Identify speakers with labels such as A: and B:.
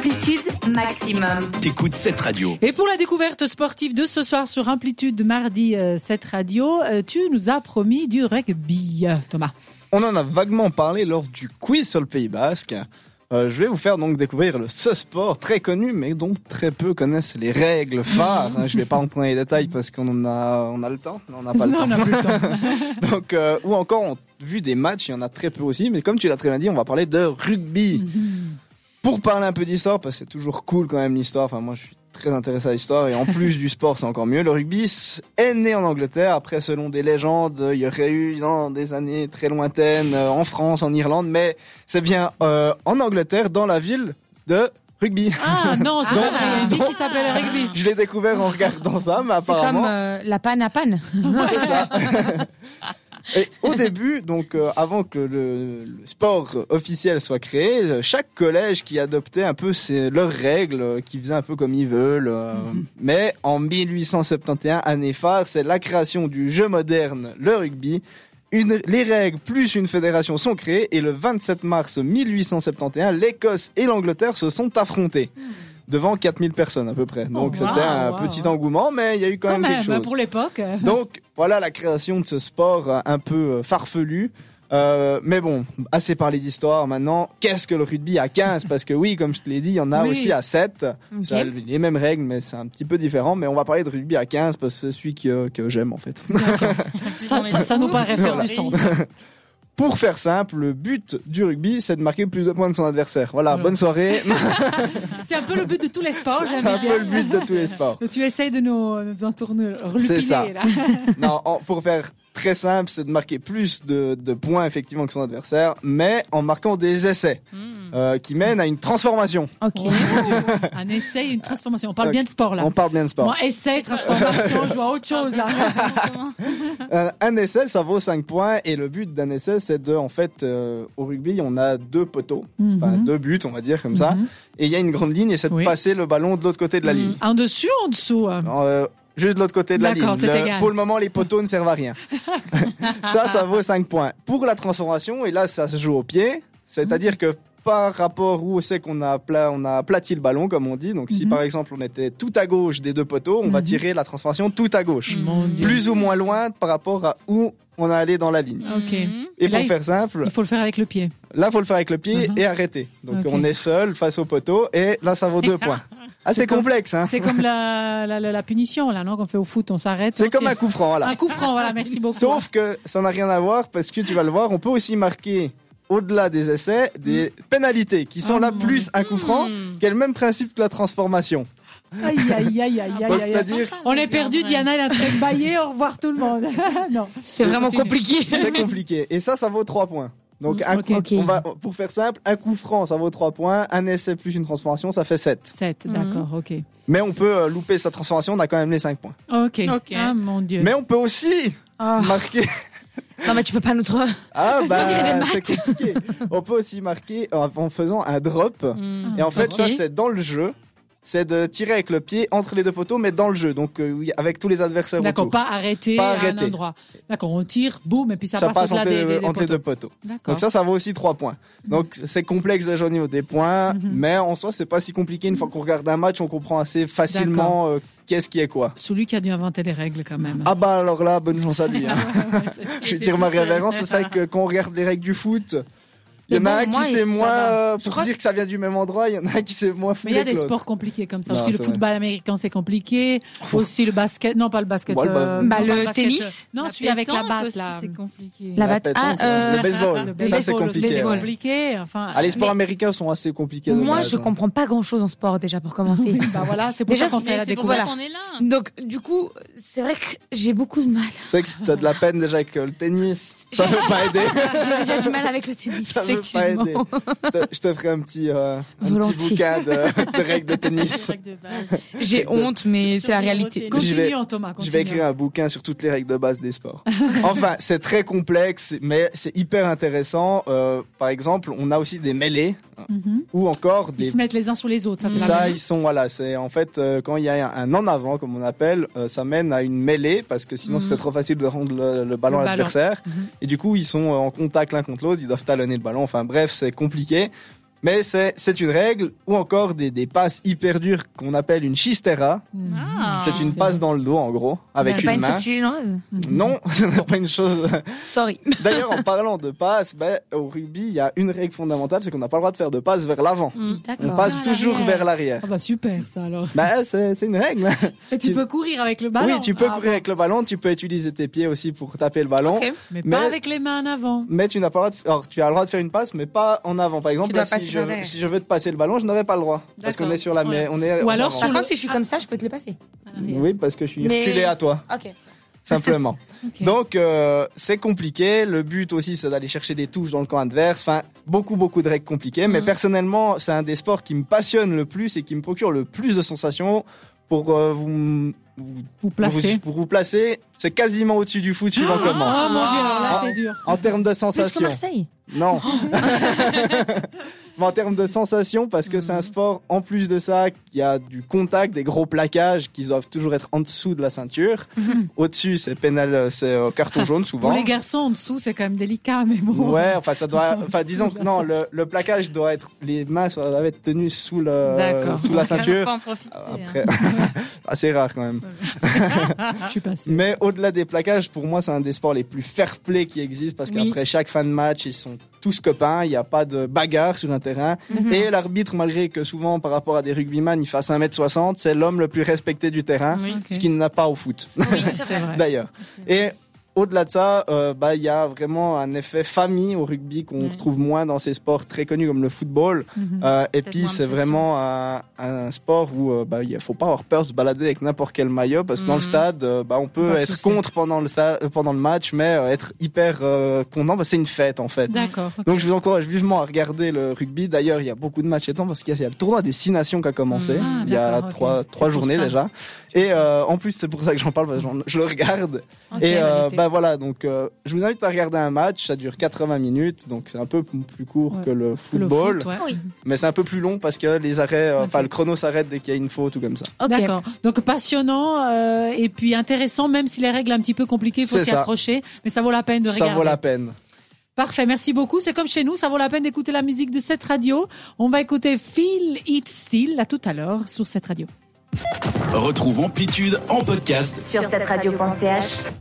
A: Amplitude maximum.
B: T'écoutes cette radio.
C: Et pour la découverte sportive de ce soir sur Amplitude mardi euh, 7 radio, euh, tu nous as promis du rugby, euh, Thomas.
D: On en a vaguement parlé lors du quiz sur le Pays Basque. Euh, je vais vous faire donc découvrir le, ce sport très connu, mais dont très peu connaissent les règles phares. je vais pas entrer dans les détails parce qu'on en a, on a le temps, mais on n'a pas le
C: Non,
D: temps.
C: on n'a plus le temps.
D: Donc, euh, ou encore, on vu des matchs, il y en a très peu aussi. Mais comme tu l'as très bien dit, on va parler de rugby. Pour parler un peu d'histoire, parce que c'est toujours cool quand même l'histoire. Enfin, moi, je suis très intéressé à l'histoire et en plus du sport, c'est encore mieux. Le rugby s- est né en Angleterre. Après, selon des légendes, il y aurait eu dans des années très lointaines euh, en France, en Irlande, mais c'est bien euh, en Angleterre, dans la ville de rugby.
C: Ah non, c'est
D: Donc-
C: pas vrai. Il dit
D: donc-
C: qu'il s'appelle rugby.
D: Je l'ai découvert en regardant ça, mais
E: C'est comme
D: apparemment.
E: euh, la panne à panne.
D: C'est ça. Et au début, donc euh, avant que le, le sport officiel soit créé, euh, chaque collège qui adoptait un peu ses, leurs règles, euh, qui faisait un peu comme ils veulent. euh,
E: Mhm.
D: Mais en 1871, année phare, c'est la création du jeu moderne, le rugby. Une- les règles plus une fédération sont créées et le 27 mars 1871, l'Écosse et l'Angleterre se sont affrontées devant 4000 personnes à peu près. Donc
C: Hmm. Oh,
D: c'était
C: wow,
D: un
C: wow,
D: petit
C: wow.
D: engouement, mais il y a eu quand,
C: Quand
D: même
C: même,
D: quelque chose.
C: pour l'époque. euh,
D: Donc voilà la création de ce sport euh, un peu euh, farfelu. Euh, mais bon, assez parlé d'histoire maintenant. Qu'est-ce que le rugby à 15 Parce que oui, comme je te l'ai dit, il y en a
C: Oui.
D: aussi à 7.
E: Ok.
D: Ça, les mêmes règles, mais c'est un petit peu différent. Mais on va parler de rugby à 15 parce que c'est celui que, que j'aime en fait.
C: Ça, ça- ça nous paraît faire du sens.
D: Pour faire simple, le but du rugby, c'est de marquer le plus de points de son adversaire. Voilà,
C: Voilà.
D: bonne soirée.
C: C'est un peu le but de tous les sports,
D: c'est
C: j'aime
D: un
C: bien.
D: peu le but de tous les sports.
C: Tu essayes de nous, euh, nous entourner,
D: C'est
C: relupiner
D: ça.
C: là.
D: Non, en- pour faire très simple, c'est de marquer plus de, de points effectivement que son adversaire, mais en marquant des essais
C: Hmm.
D: euh, qui mènent à une transformation.
E: Ok.
C: Un essai, une transformation. On parle
D: Ok.
C: bien de sport là.
D: On parle bien de sport.
C: Moi, essai, transformation, je vois autre chose là.
D: Un, Euh, un essai, ça vaut 5 points et le but d'un essai, c'est de, en fait, euh, au rugby, on a deux poteaux, enfin
C: Mhm.
D: deux buts, on va dire comme ça,
C: Mhm.
D: et il y a une grande ligne et c'est de
C: Oui. Mhm.
D: passer le ballon de l'autre côté de la ligne.
C: En dessus ou en dessous hein
D: Euh, juste de l'autre côté de la ligne.
C: D'accord, c'est
D: Le-
C: égal.
D: pour le moment, les poteaux ne servent à rien. ça, ça vaut 5 points. Pour la transformation, et là, ça se joue au pied, c'est-à-dire que par rapport où c'est qu'on a, apla- on a aplati le ballon, comme on dit, donc si
C: Mhm.
D: par exemple on était tout à gauche des deux poteaux, on va
C: Mhm.
D: tirer la transformation tout à gauche.
C: Mon Dieu.
D: Plus ou moins loin par rapport à où on a allé dans la ligne.
C: Ok.
D: Et
C: Là,
D: pour
C: il-
D: faire simple,
C: Il faut le faire avec le pied.
D: là, faut le faire avec le pied
C: Mhm.
D: et arrêter. Donc
C: Ok.
D: on est seul face au poteau et là, ça vaut deux points. Ah, c'est
C: comme-
D: complexe, hein.
C: C'est comme la, la, la, la punition, là, non Qu'on fait au foot, on s'arrête.
D: C'est
C: on
D: comme
C: tire.
D: un coup franc, voilà.
C: Un coup franc, voilà, merci beaucoup.
D: Sauf que ça n'a rien à voir parce que tu vas le voir, on peut aussi marquer au-delà des essais des
E: Mm.
D: pénalités qui sont
C: Oh
D: là
C: mon
D: plus un coup franc qui est le même principe que la transformation.
C: Aïe, aïe, aïe, aïe, aïe, aïe, aïe.
D: Donc, c'est-à-dire
C: On est perdu, Diana, elle est en train de bailler, au revoir tout le monde. non.
E: C'est vraiment
C: Continue.
E: compliqué.
D: c'est compliqué et ça ça vaut 3 points. Donc un
C: Ok.
D: coup-
E: Ok.
D: on va pour faire simple, un coup franc ça vaut 3 points, un essai plus une transformation ça fait 7.
C: 7,
E: Mhm.
C: d'accord, ok.
D: Mais on peut euh, louper sa transformation, on a quand même les 5 points.
C: Ok.
F: Ok.
C: Ah, mon Dieu.
D: Mais on peut aussi
E: Ah.
D: marquer
E: Non, mais tu peux pas nous trop.
D: Ah bah
E: dirait des
D: c'est compliqué. On peut aussi marquer en en faisant un drop.
C: Ah,
D: Et en fait,
E: Ok.
D: ça, c'est dans le jeu. C'est de tirer avec le pied entre les deux poteaux, mais dans le jeu. Donc, euh, oui, avec tous les adversaires
C: D'accord,
D: autour.
C: pas arrêter
D: Pas
C: à
D: arrêter.
C: un endroit. D'accord, on tire, boum, et puis ça,
D: Ça passe
C: au-delà
D: entre,
C: des, des,
D: les-
C: des
D: entre les
C: poteaux.
D: deux poteaux.
C: D'accord.
D: Donc ça, ça vaut aussi 3 points. Donc c'est complexe déjà au niveau des points,
C: Mhm.
D: mais en soi, c'est pas si compliqué. Une fois qu'on regarde un match, on comprend assez facilement euh, qu'est-ce qui est quoi.
C: Celui qui a dû inventer les règles, quand même.
D: Ah bah alors là, bonne chance à lui. hein. Je vais dire ma
F: tout seul.
D: révérence, parce que c'est vrai que quand on regarde les règles du foot,
C: Eh
D: il y
E: Mais
D: en a
C: ben,
E: bon,
D: un
E: moi,
D: qui
E: il-
D: sait
E: ça
D: moins
E: va.
D: euh,
E: Je
D: pour
E: crois
D: dire que ça vient du même endroit, il y en a un qui sait moins
C: Mais il y a
D: fouler
C: des
D: que l'autre.
C: sports compliqués comme ça.
D: Non,
C: aussi le
D: c'est
C: football américain, c'est compliqué. Aussi le basket. Non, pas le basket.
D: Bon, le ba-
C: euh,
E: Bah,
C: non,
E: le
C: pas basket,
E: tennis.
C: euh, Non, celui avec la batte, là.
F: C'est compliqué.
D: La
E: La batte.
D: pétanque,
E: Ah, euh,
D: le baseball.
C: Le
D: ça
C: baseball
D: c'est
C: aussi,
D: compliqué.
C: c'est
E: baseball.
D: ouais.
C: compliqué. Enfin,
D: Ah, les sports américains sont assez compliqués.
E: Moi,
D: dommage,
E: je
D: hein.
E: comprends pas grand chose en sport déjà pour commencer.
C: bah voilà, c'est pour
E: Déjà,
C: ça qu'on
E: c'est-
C: fait la
F: Mais c'est pour ça
C: découverte.
F: qu'on est là.
E: Donc, du coup, c'est vrai que j'ai beaucoup de mal.
D: C'est vrai que t'as de la peine déjà avec euh, le tennis. Ça peut pas aider.
E: J'ai déjà du mal avec le tennis,
D: Ça veut pas
E: effectivement.
D: aider. Je te- Je te ferai un petit, euh, un petit
E: Volontiers.
D: bouquin de, de règles de tennis.
E: J'ai honte, mais c'est la réalité.
D: Je vais-
C: Continuons, Thomas.
D: Je vais écrire un bouquin sur toutes les règles de base des sports. Enfin, c'est très complexe, mais c'est hyper intéressant. Euh, par exemple, on a aussi des mêlées ou encore
C: Mhm. Ils
D: des
C: se mettent les uns sur les autres. Ça, c'est la
D: Ça,
C: même.
D: ils sont voilà, c'est en fait euh, quand il y a un, un en avant comme on appelle, euh, ça mène à une mêlée parce que sinon
C: Mhm.
D: c'est trop facile de rendre le, le ballon
C: Le ballon.
D: à l'adversaire. Et du coup, ils sont euh, en contact l'un contre l'autre, ils doivent talonner le ballon. Enfin bref, c'est compliqué. Mais c'est c'est une règle, ou encore des, des passes hyper dures qu'on appelle une chistera.
C: Mhm.
B: Ah.
D: c'est une passe dans le dos, en gros, avec
E: C'est pas
D: une
E: une
D: main.
E: sauce chinoise
D: Non, c'est pas une chose.
E: Sorry.
D: D'ailleurs, en parlant de passe, ben, au rugby, il y a une règle fondamentale, c'est qu'on n'a pas le droit de faire de passe vers l'avant. On
E: D'accord.
D: passe toujours vers l'arrière.
C: Ah bah super ça alors.
D: Bah, c'est c'est une règle.
C: Et tu
D: Tu-
C: peux courir avec le ballon.
D: oui, tu peux
C: Ah,
D: courir avec le ballon, tu peux utiliser tes pieds aussi pour taper le ballon.
E: Ok.
C: Mais,
D: Mais-
C: pas avec les mains en avant.
D: Mais tu n'as pas le droit de... Alors, tu as le droit de faire une passe, mais pas en avant. Par exemple,
E: dois
D: là, si,
E: passer
D: je,
E: derrière.
D: si je veux te passer le ballon, je n'aurais pas le droit. Parce
B: D'accord.
D: qu'on est sur la... mais On est
C: Ou
D: en
C: alors
D: avant.
E: Par contre, si je suis comme ça, je peux te le passer.
D: Oui, parce que je suis
E: Mais-
D: reculé à toi,
E: Ok.
D: simplement.
C: Ok.
D: Donc, euh, c'est compliqué. Le but aussi, c'est d'aller chercher des touches dans le camp adverse. Enfin, beaucoup, beaucoup de règles compliquées. Mais
B: Mhm.
D: personnellement, c'est un des sports qui me passionne le plus et qui me procure le plus de sensations pour euh, vous... vous-
C: Vous placer.
D: vous- pour vous placer, c'est quasiment au-dessus du foot, suivant comment.
C: Ah mon dieu, alors là
D: Ah.
C: c'est dur.
D: En termes de
E: Plus que
D: sensations.
E: Marseille.
D: Non.
C: Oh.
D: Mais en termes de sensation, parce que c'est un sport, en plus de ça, il y a du contact, des gros plaquages qui doivent toujours être en dessous de la ceinture.
E: Mhm.
D: Au-dessus, c'est pénal, euh, c'est euh, carton jaune
C: Pour
D: souvent.
C: les garçons en dessous, c'est quand même délicat, mais bon.
D: Ouais, enfin ça doit,
C: En
D: enfin
C: dessous
D: disons
C: de
D: que
C: la
D: non, le, le plaquage doit être, les mains ça doit être tenues sous le,
C: D'accord.
D: sous la ceinture.
B: Pas en profiter.
D: Après,
C: hein.
D: assez rare quand même.
C: Je suis passée.
D: Mais au-delà des plaquages, pour moi, c'est un des sports les plus fair-play qui existent parce
E: Oui.
D: qu'après chaque fin de match, ils sont tous copains, il n'y a pas de bagarre sur un terrain. Et l'arbitre, malgré que souvent, par rapport à des rugbyman, il fasse 1m60, c'est l'homme le plus respecté du
E: Mm,
D: terrain,
B: Oui.
D: ce qu'il n'a pas au foot,
E: Oui,
C: C'est vrai.
D: d'ailleurs. Et au-delà de ça, euh, bah, il y a vraiment un effet famille au rugby qu'on
B: Ouais.
D: retrouve moins dans ces sports très connus comme le football.
C: Mhm.
D: Euh, et
B: Peut-être
D: puis
B: moins de
D: c'est
B: pression
D: vraiment un, un sport où euh, bah, il faut pas avoir peur de se balader avec n'importe quel maillot parce que dans le
B: Mhm.
D: stade euh, bah, on peut
C: Pas de
D: être
C: souci.
D: contre pendant le, sta- euh, pendant le match mais euh, être hyper euh, content bah, c'est une fête en fait.
C: D'accord. ok.
D: Donc je vous encourage vivement à regarder le rugby. D'ailleurs il y a beaucoup de matchs étant parce qu'il y a, il y a le tournoi des six nations qui a commencé
B: Mhm.
C: Ah,
D: il y a
C: d'accord, ok.
D: trois,
C: C'est
D: trois
C: pour
D: journées
C: ça.
D: déjà. Et euh, en plus c'est pour ça que j'en parle parce que j'en- je le regarde.
E: Ok,
D: Et euh,
E: arrêtez.
D: bah voilà donc euh, je vous invite à regarder un match. Ça dure 80 minutes donc c'est un peu plus court
C: Ouais.
D: que le
C: Le
D: football.
C: foot, ouais.
E: Oui.
D: Mais c'est un peu plus long parce que les arrêts, euh,
C: Ok.
D: enfin le chrono s'arrête dès qu'il y a une faute ou comme ça.
E: Ok.
C: D'accord. Donc passionnant euh, et puis intéressant, même si les règles un petit peu compliquées, il faut
D: C'est
C: s'y
D: ça.
C: accrocher. Mais ça vaut la peine de
D: Ça
C: regarder.
D: vaut la peine.
C: Parfait, merci beaucoup. C'est comme chez nous, ça vaut la peine d'écouter la musique de cette radio. On va écouter Feel It Still, à tout à l'heure, sur cette radio.
F: Retrouve Amplitude en podcast
A: Sur cette radio.ch.